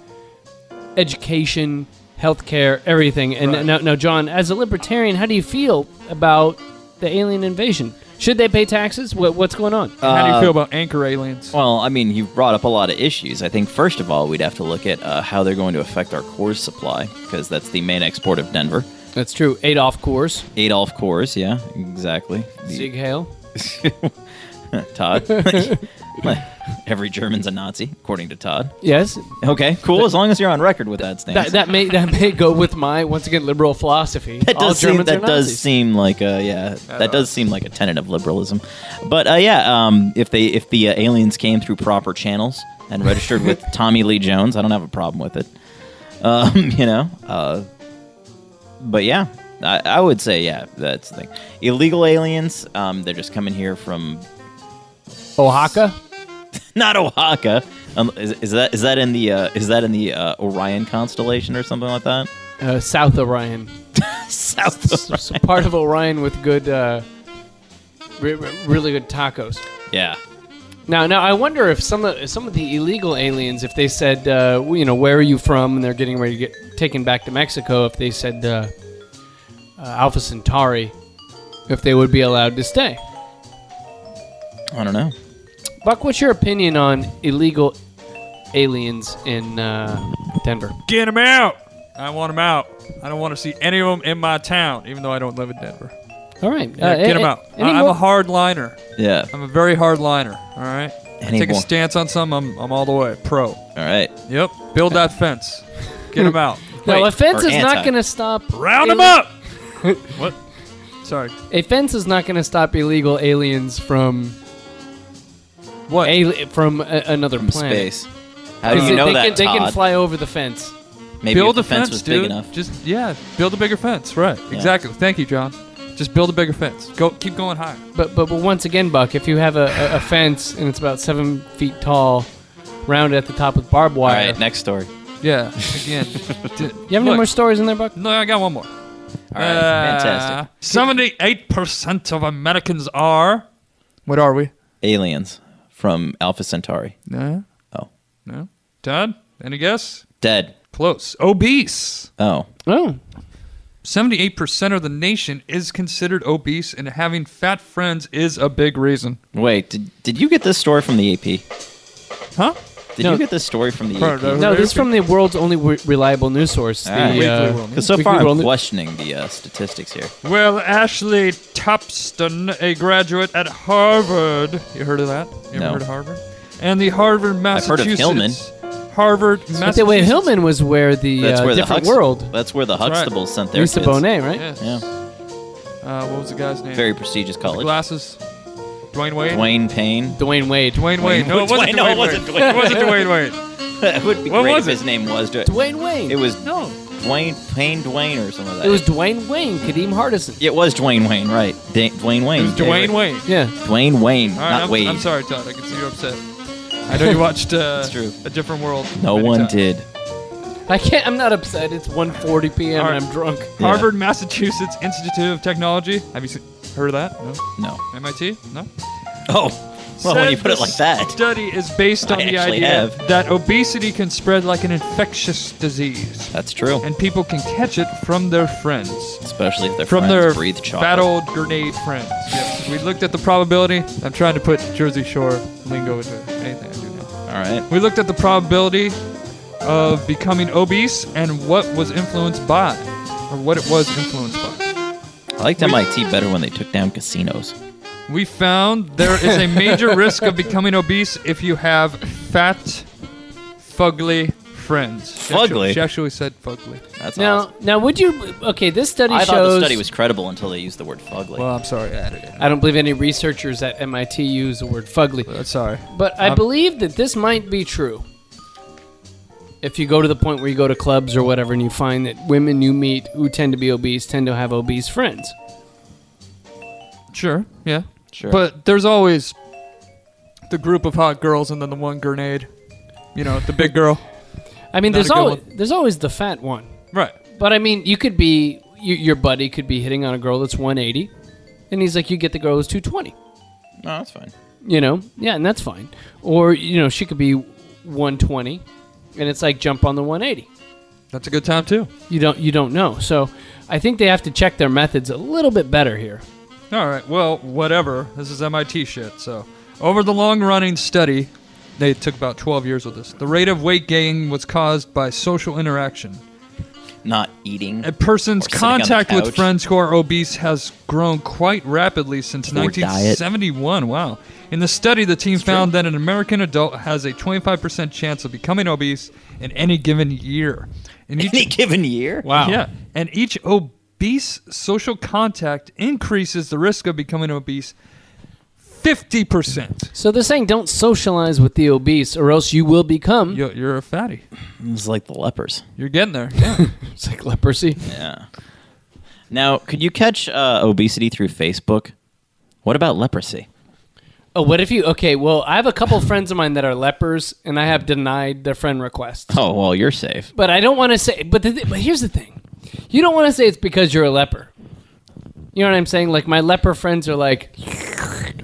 [SPEAKER 5] education, healthcare, everything. And now, now, John, as a libertarian, how do you feel about the alien invasion? Should they pay taxes? What, what's going on?
[SPEAKER 6] How do you feel about anchor aliens?
[SPEAKER 7] Well, I mean, you've brought up a lot of issues. I think, first of all, we'd have to look at uh, how they're going to affect our Coors supply, because that's the main export of Denver.
[SPEAKER 5] That's true. Adolf Coors,
[SPEAKER 7] Adolf Coors, yeah, exactly. The-
[SPEAKER 5] Sig Hale.
[SPEAKER 7] Todd. Every German's a Nazi, according to Todd.
[SPEAKER 5] Yes,
[SPEAKER 7] Okay, cool. As long as you're on record with that
[SPEAKER 5] that,
[SPEAKER 7] stance.
[SPEAKER 5] that may that may go with my once again liberal philosophy.
[SPEAKER 7] That
[SPEAKER 5] All
[SPEAKER 7] does seem,
[SPEAKER 5] Germans are
[SPEAKER 7] that does
[SPEAKER 5] Nazis.
[SPEAKER 7] seem like a yeah. That does seem like a tenet of liberalism, but uh, yeah, um, if they if the uh, aliens came through proper channels and registered with Tommy Lee Jones, I don't have a problem with it. Um, you know, uh, but yeah, I, I would say yeah. That's the thing. Illegal aliens, um, they're just coming here from
[SPEAKER 5] Oaxaca.
[SPEAKER 7] not Oaxaca. Um, is, is that is that in the uh, is that in the uh, Orion constellation or something like that?
[SPEAKER 5] Uh, South Orion.
[SPEAKER 7] South.
[SPEAKER 5] S- s- part of Orion with good, uh, re- re- really good tacos.
[SPEAKER 7] Yeah.
[SPEAKER 5] Now, now I wonder if some of some of the illegal aliens, if they said, uh, you know, where are you from, and they're getting ready to get taken back to Mexico, if they said uh, uh, Alpha Centauri, if they would be allowed to stay.
[SPEAKER 7] I don't know.
[SPEAKER 5] Buck, what's your opinion on illegal aliens in uh, Denver?
[SPEAKER 6] Get them out! I want them out. I don't want to see any of them in my town, even though I don't live in Denver.
[SPEAKER 5] Uh, All right,
[SPEAKER 6] Yeah, get them out. I- I'm uh, a hard liner.
[SPEAKER 7] Yeah.
[SPEAKER 6] I'm a very hard liner. All right.
[SPEAKER 7] Any
[SPEAKER 6] Take a
[SPEAKER 7] more-
[SPEAKER 6] stance on something. I'm, I'm all the way pro.
[SPEAKER 7] All right.
[SPEAKER 6] Yep. Build that fence. Get them out.
[SPEAKER 5] no, a fence
[SPEAKER 7] or
[SPEAKER 5] is not
[SPEAKER 7] anti.
[SPEAKER 5] going to stop.
[SPEAKER 6] Round them
[SPEAKER 5] ali-
[SPEAKER 6] up. what? Sorry.
[SPEAKER 5] A fence is not going to stop illegal aliens from
[SPEAKER 6] What?
[SPEAKER 5] ali- from a- another
[SPEAKER 7] from
[SPEAKER 5] planet.
[SPEAKER 7] space. How do
[SPEAKER 5] 'Cause they,
[SPEAKER 7] you know
[SPEAKER 5] they
[SPEAKER 7] that,
[SPEAKER 5] can, they can
[SPEAKER 7] Todd?
[SPEAKER 5] fly over the fence.
[SPEAKER 7] Maybe
[SPEAKER 6] build
[SPEAKER 7] if
[SPEAKER 6] a
[SPEAKER 7] the fence, was
[SPEAKER 6] dude.
[SPEAKER 7] big enough.
[SPEAKER 6] Just yeah, build a bigger fence. Right. Exactly. Thank you, John. Just build a bigger fence. Go. Keep going higher.
[SPEAKER 5] But, but but once again, Buck, if you have a, a, a fence and it's about seven feet tall, rounded at the top with barbed
[SPEAKER 7] All
[SPEAKER 5] wire,
[SPEAKER 7] right, next story.
[SPEAKER 6] Yeah. Again. D-
[SPEAKER 5] you have any
[SPEAKER 6] look.
[SPEAKER 5] more stories in there, Buck?
[SPEAKER 6] No, I got one more. Uh,
[SPEAKER 7] All right,
[SPEAKER 5] Uh,
[SPEAKER 7] fantastic.
[SPEAKER 6] Seventy-eight percent of Americans are. What are we?
[SPEAKER 7] Aliens from Alpha Centauri.
[SPEAKER 6] No.
[SPEAKER 7] Oh.
[SPEAKER 6] No. Dad. Any guess?
[SPEAKER 7] Dead.
[SPEAKER 6] Close. Obese.
[SPEAKER 7] Oh,
[SPEAKER 5] Oh,
[SPEAKER 6] 78% of the nation is considered obese, and having fat friends is a big reason.
[SPEAKER 7] wait. Did, did you get this story from the AP?
[SPEAKER 6] Huh?
[SPEAKER 7] Did
[SPEAKER 5] No.
[SPEAKER 7] you get this story from the
[SPEAKER 6] Part
[SPEAKER 7] AP?
[SPEAKER 6] of-
[SPEAKER 5] no, this is from the world's only re- reliable news source.
[SPEAKER 7] All right.
[SPEAKER 5] the, uh,
[SPEAKER 6] Weekly World
[SPEAKER 7] Because so
[SPEAKER 5] Weekly
[SPEAKER 7] far
[SPEAKER 5] World
[SPEAKER 7] I'm
[SPEAKER 5] News.
[SPEAKER 7] questioning the uh, statistics here.
[SPEAKER 6] Well, Ashley Topston, a graduate at Harvard. You heard of that? You ever
[SPEAKER 7] No.
[SPEAKER 6] heard of Harvard? And the Harvard,
[SPEAKER 7] heard of
[SPEAKER 6] Massachusetts.
[SPEAKER 7] Hillman.
[SPEAKER 6] Harvard,
[SPEAKER 5] But
[SPEAKER 6] Massachusetts.
[SPEAKER 5] the way Hillman was where the
[SPEAKER 7] That's
[SPEAKER 5] uh,
[SPEAKER 7] where the
[SPEAKER 5] different
[SPEAKER 7] Hux-
[SPEAKER 5] world.
[SPEAKER 7] That's where the
[SPEAKER 6] right.
[SPEAKER 7] Huxtables sent their
[SPEAKER 5] Lisa
[SPEAKER 7] kids.
[SPEAKER 5] Bonet, right?
[SPEAKER 6] Yes.
[SPEAKER 7] Yeah,
[SPEAKER 6] Uh, what was the guy's name?
[SPEAKER 7] very prestigious college.
[SPEAKER 6] Glasses. Dwayne Wade?
[SPEAKER 7] Dwayne Payne.
[SPEAKER 5] Dwayne Wade.
[SPEAKER 6] Dwayne Wade. No, it wasn't
[SPEAKER 7] Dwayne- no,
[SPEAKER 6] Dwayne,
[SPEAKER 7] it wasn't
[SPEAKER 6] Wade.
[SPEAKER 7] Dwayne
[SPEAKER 6] it wasn't Dwayne Wade.
[SPEAKER 7] it would be
[SPEAKER 6] What
[SPEAKER 7] great
[SPEAKER 6] was
[SPEAKER 7] if
[SPEAKER 6] it?
[SPEAKER 7] his name was. Dwayne.
[SPEAKER 5] Dwayne Wade.
[SPEAKER 7] It was
[SPEAKER 6] No.
[SPEAKER 7] Dwayne Payne Dwayne or something like that.
[SPEAKER 5] It was Dwayne Wayne, Kadeem Hardison.
[SPEAKER 7] It was Dwayne Wayne, right? Da- Dwayne Wayne.
[SPEAKER 6] It was Dwayne Wade.
[SPEAKER 5] Yeah.
[SPEAKER 7] Dwayne Wayne,
[SPEAKER 6] All right,
[SPEAKER 7] not
[SPEAKER 6] I'm,
[SPEAKER 7] Wade.
[SPEAKER 6] I'm sorry, Todd. I can see you're upset. I know you watched uh,
[SPEAKER 7] It's true.
[SPEAKER 6] A Different World.
[SPEAKER 7] No
[SPEAKER 6] many
[SPEAKER 7] one
[SPEAKER 6] times.
[SPEAKER 7] did.
[SPEAKER 5] I can't. I'm not upset. It's 1:40 p.m.
[SPEAKER 6] All right.
[SPEAKER 5] and I'm drunk.
[SPEAKER 7] Yeah.
[SPEAKER 6] Harvard, Massachusetts Institute of Technology. Have you seen, heard of that? No.
[SPEAKER 7] No.
[SPEAKER 6] MIT? No.
[SPEAKER 7] Oh, well, when
[SPEAKER 6] Said
[SPEAKER 7] you put it
[SPEAKER 6] the
[SPEAKER 7] like that.
[SPEAKER 6] study is based on
[SPEAKER 7] I
[SPEAKER 6] the
[SPEAKER 7] actually
[SPEAKER 6] idea
[SPEAKER 7] have.
[SPEAKER 6] that obesity can spread like an infectious disease,
[SPEAKER 7] That's true.
[SPEAKER 6] and people can catch it from their friends.
[SPEAKER 7] Especially if their
[SPEAKER 6] From
[SPEAKER 7] friends
[SPEAKER 6] their
[SPEAKER 7] breathe chocolate.
[SPEAKER 6] fat old grenade friends. Yes. We looked at the probability. I'm trying to put Jersey Shore lingo into anything I do now.
[SPEAKER 7] All right.
[SPEAKER 6] We looked at the probability of becoming obese and what was influenced by, or what it was influenced by.
[SPEAKER 7] I liked MIT better when they took down casinos.
[SPEAKER 6] We found there is a major risk of becoming obese if you have fat, fugly friends. She actu-
[SPEAKER 7] Fugly?
[SPEAKER 6] She actually said fugly.
[SPEAKER 7] That's
[SPEAKER 5] Now,
[SPEAKER 7] awesome.
[SPEAKER 5] now, would you? Okay, this study
[SPEAKER 7] I
[SPEAKER 5] shows.
[SPEAKER 7] thought the study was credible until they used the word fugly.
[SPEAKER 6] Well, I'm sorry, I added it.
[SPEAKER 5] I don't believe any researchers at MIT use the word fugly.
[SPEAKER 6] I'm Uh, sorry.
[SPEAKER 5] But I
[SPEAKER 6] Um,
[SPEAKER 5] believe that this might be true. If you go to the point where you go to clubs or whatever and you find that women you meet who tend to be obese tend to have obese friends.
[SPEAKER 6] Sure, yeah.
[SPEAKER 7] sure.
[SPEAKER 6] But there's always the group of hot girls and then the one grenade. You know, the big girl.
[SPEAKER 5] I mean,
[SPEAKER 6] Not
[SPEAKER 5] there's
[SPEAKER 6] a good
[SPEAKER 5] always
[SPEAKER 6] one.
[SPEAKER 5] there's always the fat one,
[SPEAKER 6] Right.
[SPEAKER 5] but I mean, you could be you, your buddy could be hitting on a girl that's 180, and he's like, you get the girl who's 220.
[SPEAKER 7] No, that's fine.
[SPEAKER 5] You know, yeah, and that's fine. Or you know, she could be 120, and it's like jump on the 180.
[SPEAKER 6] That's a good time too.
[SPEAKER 5] You don't you don't know. So I think they have to check their methods a little bit better here.
[SPEAKER 6] All right. Well, whatever. This is MIT shit. So, over the long running study, they took about 12 years with this. The rate of weight gain was caused by social interaction.
[SPEAKER 7] Not eating.
[SPEAKER 6] A person's
[SPEAKER 7] Or sitting on the
[SPEAKER 6] contact with
[SPEAKER 7] couch.
[SPEAKER 6] friends who are obese has grown quite rapidly since
[SPEAKER 7] Or
[SPEAKER 6] 1971. Wow. In the study, the team found that an American adult has a 25% chance of becoming obese in any given year. And each
[SPEAKER 7] Any given year?
[SPEAKER 5] Wow.
[SPEAKER 6] yeah, and each obese social contact increases the risk of becoming obese 50%.
[SPEAKER 5] So they're saying don't socialize with the obese, or else you will become
[SPEAKER 6] You're, you're a fatty.
[SPEAKER 7] It's like the lepers.
[SPEAKER 6] You're getting there. Yeah.
[SPEAKER 5] it's like leprosy.
[SPEAKER 7] Yeah. Now, could you catch uh, obesity through Facebook? What about leprosy?
[SPEAKER 5] Oh, what if you? Okay, well, I have a couple friends of mine that are lepers, and I have denied their friend request.
[SPEAKER 7] Oh, well, you're safe.
[SPEAKER 5] But I don't want to say. But the, thi- but here's the thing, you don't want to say it's because you're a leper. You know what I'm saying? Like my leper friends are like,
[SPEAKER 7] They're not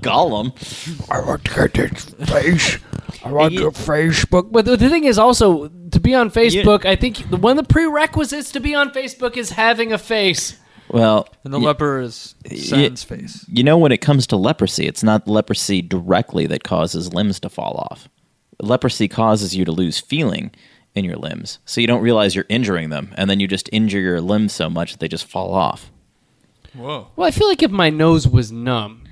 [SPEAKER 7] Gollum.
[SPEAKER 5] but the, the thing is also to be on Facebook. I think the, one of the prerequisites to be on Facebook is having a face.
[SPEAKER 7] Well,
[SPEAKER 6] And the leper is sans face.
[SPEAKER 7] you know, when it comes to leprosy, it's not leprosy directly that causes limbs to fall off. Leprosy causes you to lose feeling in your limbs, so you don't realize you're injuring them, and then you just injure your limbs so much that they just fall off.
[SPEAKER 6] Whoa.
[SPEAKER 5] Well, I feel like if my nose was numb,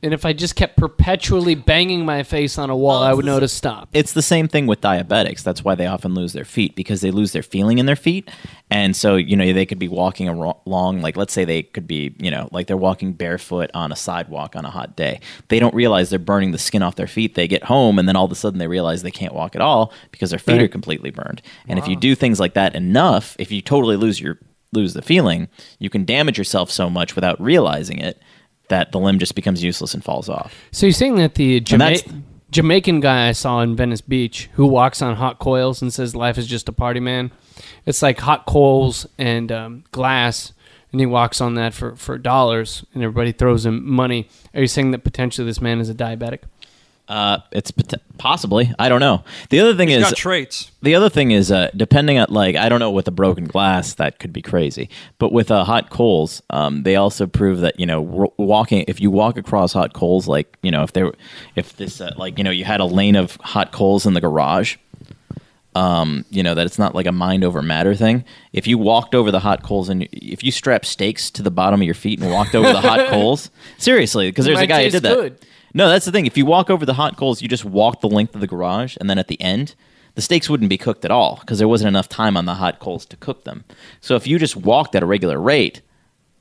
[SPEAKER 5] and if I just kept perpetually banging my face on a wall, I would know to stop.
[SPEAKER 7] It's the same thing with diabetics. That's why they often lose their feet because they lose their feeling in their feet, and so you know they could be walking aro- along, like let's say they could be, you know, like they're walking barefoot on a sidewalk on a hot day. They don't realize they're burning the skin off their feet. They get home, and then all of a sudden they realize they can't walk at all because their feet are completely burned. And if you do things like that enough, if you totally lose your lose the feeling, you can damage yourself so much without realizing it that the limb just becomes useless and falls off.
[SPEAKER 5] So you're saying that the Jama-
[SPEAKER 7] that's-
[SPEAKER 5] Jamaican guy I saw in Venice Beach who walks on hot coils and says life is just a party, man. It's like hot coals and um, glass, and he walks on that for, for dollars, and everybody throws him money. Are you saying that potentially this man is a diabetic?
[SPEAKER 7] Uh, it's pot- possibly. I don't know. The other thing
[SPEAKER 6] He's
[SPEAKER 7] is
[SPEAKER 6] got traits.
[SPEAKER 7] the other thing is uh, depending on like I don't know with a broken glass that could be crazy, but with uh, hot coals, um, they also prove that you know w- walking if you walk across hot coals, like you know if there if this uh, like you know you had a lane of hot coals in the garage. Um, you know that it's not like a mind over matter thing. If you walked over the hot coals and if you strapped stakes to the bottom of your feet and walked over the hot coals, seriously, because there's a
[SPEAKER 5] might
[SPEAKER 7] guy who
[SPEAKER 5] taste
[SPEAKER 7] did that.
[SPEAKER 5] good.
[SPEAKER 7] No, that's the thing. If you walk over the hot coals, you just walk the length of the garage, and then at the end, the steaks wouldn't be cooked at all because there wasn't enough time on the hot coals to cook them. So if you just walked at a regular rate,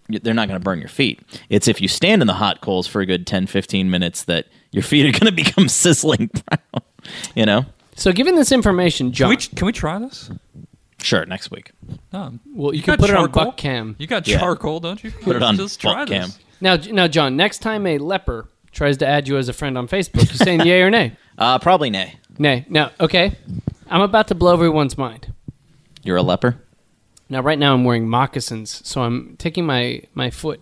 [SPEAKER 7] y- they're not going to burn your feet. It's if you stand in the hot coals for a good 10, 15 minutes that your feet are going to become sizzling brown. You know?
[SPEAKER 5] So given this information,
[SPEAKER 6] Can
[SPEAKER 5] John,
[SPEAKER 6] we, can we try this?
[SPEAKER 7] Sure, next week.
[SPEAKER 6] No.
[SPEAKER 5] well, you,
[SPEAKER 6] You
[SPEAKER 5] can
[SPEAKER 6] got
[SPEAKER 5] put it on
[SPEAKER 6] charcoal?
[SPEAKER 5] buck cam.
[SPEAKER 6] You got
[SPEAKER 7] Yeah.
[SPEAKER 6] charcoal, don't you?
[SPEAKER 7] Put it on
[SPEAKER 6] Just try
[SPEAKER 7] butt cam.
[SPEAKER 6] this.
[SPEAKER 5] Now, now, John, next time a leper tries to add you as a friend on Facebook, you're saying yay or nay?
[SPEAKER 7] Uh, probably nay.
[SPEAKER 5] Nay. Now, okay, I'm about to blow everyone's mind.
[SPEAKER 7] You're a leper?
[SPEAKER 5] Now, right now, I'm wearing moccasins, so I'm taking my my foot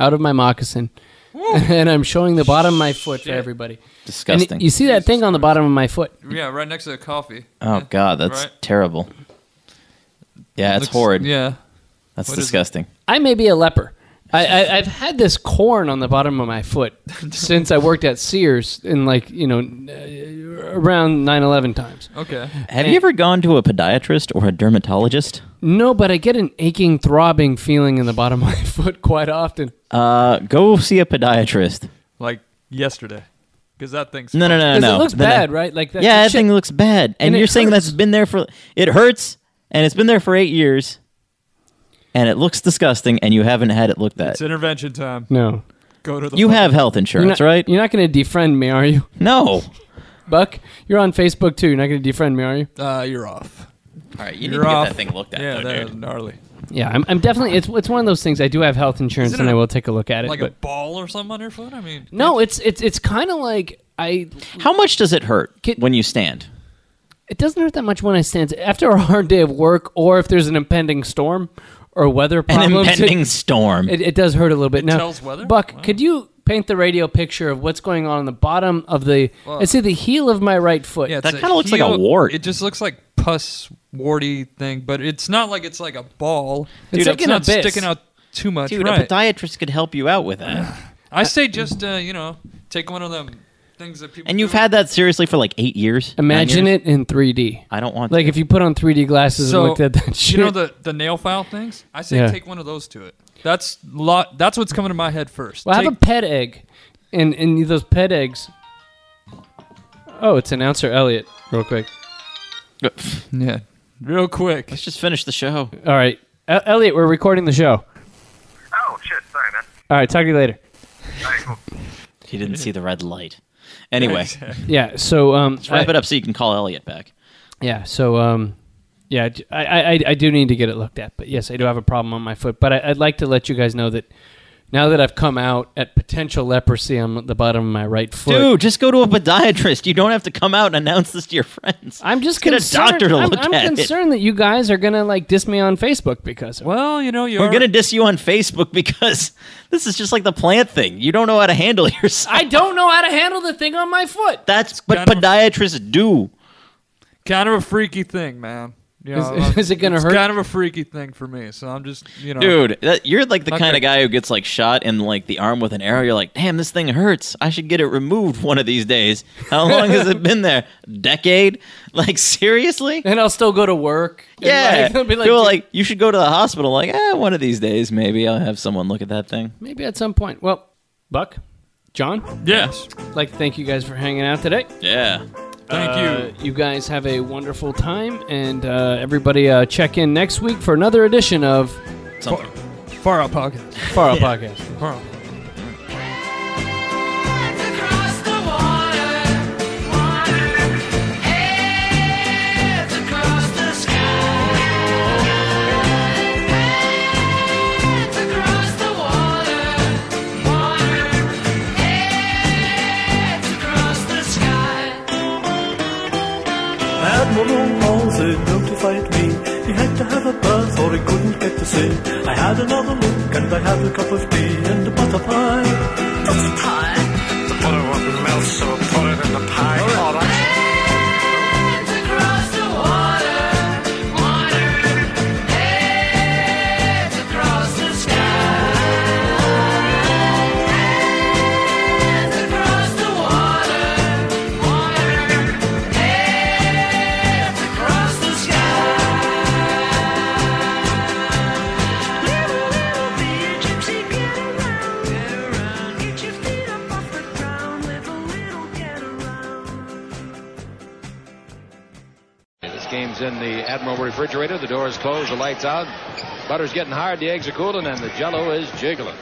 [SPEAKER 5] out of my moccasin, and I'm showing the bottom of my foot for everybody. And
[SPEAKER 7] Disgusting.
[SPEAKER 5] you see that thing on the bottom of my foot?
[SPEAKER 6] Yeah, right next to the coffee.
[SPEAKER 7] oh, God, that's
[SPEAKER 6] Right.
[SPEAKER 7] terrible. Yeah, it's
[SPEAKER 6] Looks-
[SPEAKER 7] horrid.
[SPEAKER 6] Yeah.
[SPEAKER 7] that's
[SPEAKER 6] what is it?
[SPEAKER 7] disgusting.
[SPEAKER 5] I may be a leper. I, I, I've had this corn on the bottom of my foot since I worked at Sears in like you know uh, around 9/11 times.
[SPEAKER 6] Okay.
[SPEAKER 7] Have you ever gone to a podiatrist or a dermatologist?
[SPEAKER 5] No, but I get an aching, throbbing feeling in the bottom of my foot quite often.
[SPEAKER 7] Uh, go see a podiatrist.
[SPEAKER 6] Like yesterday. Because that thing's.
[SPEAKER 7] No, no, no,
[SPEAKER 5] 'Cause
[SPEAKER 7] no.
[SPEAKER 5] it looks
[SPEAKER 7] Then
[SPEAKER 5] bad,
[SPEAKER 7] I-
[SPEAKER 5] right? Like that.
[SPEAKER 7] Yeah, that
[SPEAKER 5] shit-
[SPEAKER 7] thing looks bad, and,
[SPEAKER 5] And it
[SPEAKER 7] you're saying that's
[SPEAKER 5] hurts.
[SPEAKER 7] been there for it hurts, and it's been there for eight years, and it looks disgusting, and you haven't had it looked at.
[SPEAKER 6] It's intervention time.
[SPEAKER 5] No,
[SPEAKER 6] Go to the.
[SPEAKER 7] You have health insurance,
[SPEAKER 5] You're not-
[SPEAKER 7] right?
[SPEAKER 5] You're not going to defriend me, are you?
[SPEAKER 7] No.
[SPEAKER 5] Buck, you're on Facebook too. You're not going to defriend me, are you?
[SPEAKER 6] Uh, you're off.
[SPEAKER 7] All right, you
[SPEAKER 6] You're off. Yeah,
[SPEAKER 7] though,
[SPEAKER 6] that's
[SPEAKER 7] dude.
[SPEAKER 6] gnarly.
[SPEAKER 5] Yeah, I'm, I'm definitely. It's it's one of those things. I do have health insurance,
[SPEAKER 6] Isn't
[SPEAKER 5] and
[SPEAKER 6] it
[SPEAKER 5] I will take a look at it.
[SPEAKER 6] Like a
[SPEAKER 5] but
[SPEAKER 6] ball or something on your foot? I mean.
[SPEAKER 5] no, it's it's it's kind of like I
[SPEAKER 7] How much does it hurt
[SPEAKER 5] Kid-
[SPEAKER 7] when you stand?
[SPEAKER 5] it doesn't hurt that much when I stand after a hard day of work, or if there's an impending storm or weather
[SPEAKER 7] An
[SPEAKER 5] problem.
[SPEAKER 7] impending storm.
[SPEAKER 5] It, it does hurt a little bit. now,
[SPEAKER 6] tells weather?
[SPEAKER 5] Buck, could you paint the radio picture of what's going on on the bottom of the? Let's see the heel of my right foot.
[SPEAKER 6] Yeah,
[SPEAKER 7] That
[SPEAKER 6] it's
[SPEAKER 7] kinda looks like a
[SPEAKER 6] heel-
[SPEAKER 7] wart.
[SPEAKER 6] It just looks like pus warty thing, but it's not like it's like a ball.
[SPEAKER 5] Dude,
[SPEAKER 6] it's
[SPEAKER 5] like an
[SPEAKER 6] not
[SPEAKER 5] abyss.
[SPEAKER 6] sticking out too much.
[SPEAKER 7] Dude,
[SPEAKER 6] right.
[SPEAKER 7] a podiatrist could help you out with that.
[SPEAKER 6] I say just uh, you know take one of them things that people
[SPEAKER 7] And you've
[SPEAKER 6] do.
[SPEAKER 7] had that seriously for like eight years. nine
[SPEAKER 5] Imagine
[SPEAKER 7] years?
[SPEAKER 5] it in 3D.
[SPEAKER 7] I don't want
[SPEAKER 5] Like if you put on 3D glasses
[SPEAKER 6] So
[SPEAKER 5] and looked at that shit.
[SPEAKER 6] you know the the nail file things. I say
[SPEAKER 5] Yeah.
[SPEAKER 6] take one of those to it. That's lot. That's what's coming to my head first.
[SPEAKER 5] well, have
[SPEAKER 6] Take-
[SPEAKER 5] a pet egg, and and those pet eggs. Oh, it's announcer Elliot. Real quick.
[SPEAKER 7] to.
[SPEAKER 6] yeah, real quick.
[SPEAKER 7] Let's just finish the show.
[SPEAKER 5] All right, E- Elliot, we're recording the show.
[SPEAKER 3] Oh, shit. Sorry, man.
[SPEAKER 5] All right, talk to you later.
[SPEAKER 7] He didn't see the red light. Anyway,
[SPEAKER 5] Yeah. So um,
[SPEAKER 7] wrap
[SPEAKER 5] I-
[SPEAKER 7] it up so you can call Elliot back.
[SPEAKER 5] Yeah. So, um, yeah, j- I, I- I- I do need to get it looked at, but yes, I do have a problem on my foot. But I, I'd like to let you guys know that now that I've come out at potential leprosy on the bottom of my right foot,
[SPEAKER 7] Dude, just go to a podiatrist. You don't have to come out and announce this to your friends.
[SPEAKER 5] I'm just
[SPEAKER 7] Get a
[SPEAKER 5] concerned.
[SPEAKER 7] doctor to
[SPEAKER 5] I'm,
[SPEAKER 7] look
[SPEAKER 5] I'm
[SPEAKER 7] at it.
[SPEAKER 5] concerned that you guys are gonna like diss me on Facebook because of it.
[SPEAKER 6] Well, you know you
[SPEAKER 7] We're
[SPEAKER 6] are-
[SPEAKER 7] going to diss you on Facebook because this is just like the plant thing. You don't know how to handle yourself.
[SPEAKER 5] I don't know how to handle the thing on my foot.
[SPEAKER 7] That's what
[SPEAKER 6] kind of-
[SPEAKER 7] podiatrists do.
[SPEAKER 6] kind of a freaky thing, man. You
[SPEAKER 5] Is-
[SPEAKER 6] know,
[SPEAKER 5] is it gonna
[SPEAKER 6] it's
[SPEAKER 5] hurt?
[SPEAKER 6] Kind of a freaky thing for me. So I'm just you know,
[SPEAKER 5] Oh.
[SPEAKER 7] Dude, that, you're like the
[SPEAKER 6] Okay.
[SPEAKER 7] kind of guy who gets like shot in like the arm with an arrow. You're like, damn, this thing hurts. I should get it removed one of these days. How long has it been there? Decade? Like seriously?
[SPEAKER 5] And I'll still go to work. And,
[SPEAKER 7] Yeah.
[SPEAKER 5] like, I'll be like,
[SPEAKER 7] People are
[SPEAKER 5] "Dude,
[SPEAKER 7] like, you should go to the hospital. Like, eh, one of these days, maybe I'll have someone look at that thing.
[SPEAKER 5] maybe at some point. Well, Buck, John,
[SPEAKER 6] Yes.
[SPEAKER 5] I'd like to thank you guys for hanging out today.
[SPEAKER 7] Yeah.
[SPEAKER 6] Thank
[SPEAKER 5] Uh, you guys have a wonderful time, and uh, everybody uh, check in next week for another edition of
[SPEAKER 7] Something.
[SPEAKER 6] you.
[SPEAKER 5] Uh,
[SPEAKER 6] Far out pocket.
[SPEAKER 5] Far Out Podcast.
[SPEAKER 6] Far out.
[SPEAKER 4] Admiral Halsey notified me he had to have a bath or he couldn't get to sea. I had another look and I had a cup of tea and a butter pie. Butter pie? The butter wouldn't melt, so put it in the pie. All right.
[SPEAKER 11] This game's in the Admiral refrigerator. The door is closed, the lights out. Butter's getting hard, the eggs are cooling, and the jello is jiggling.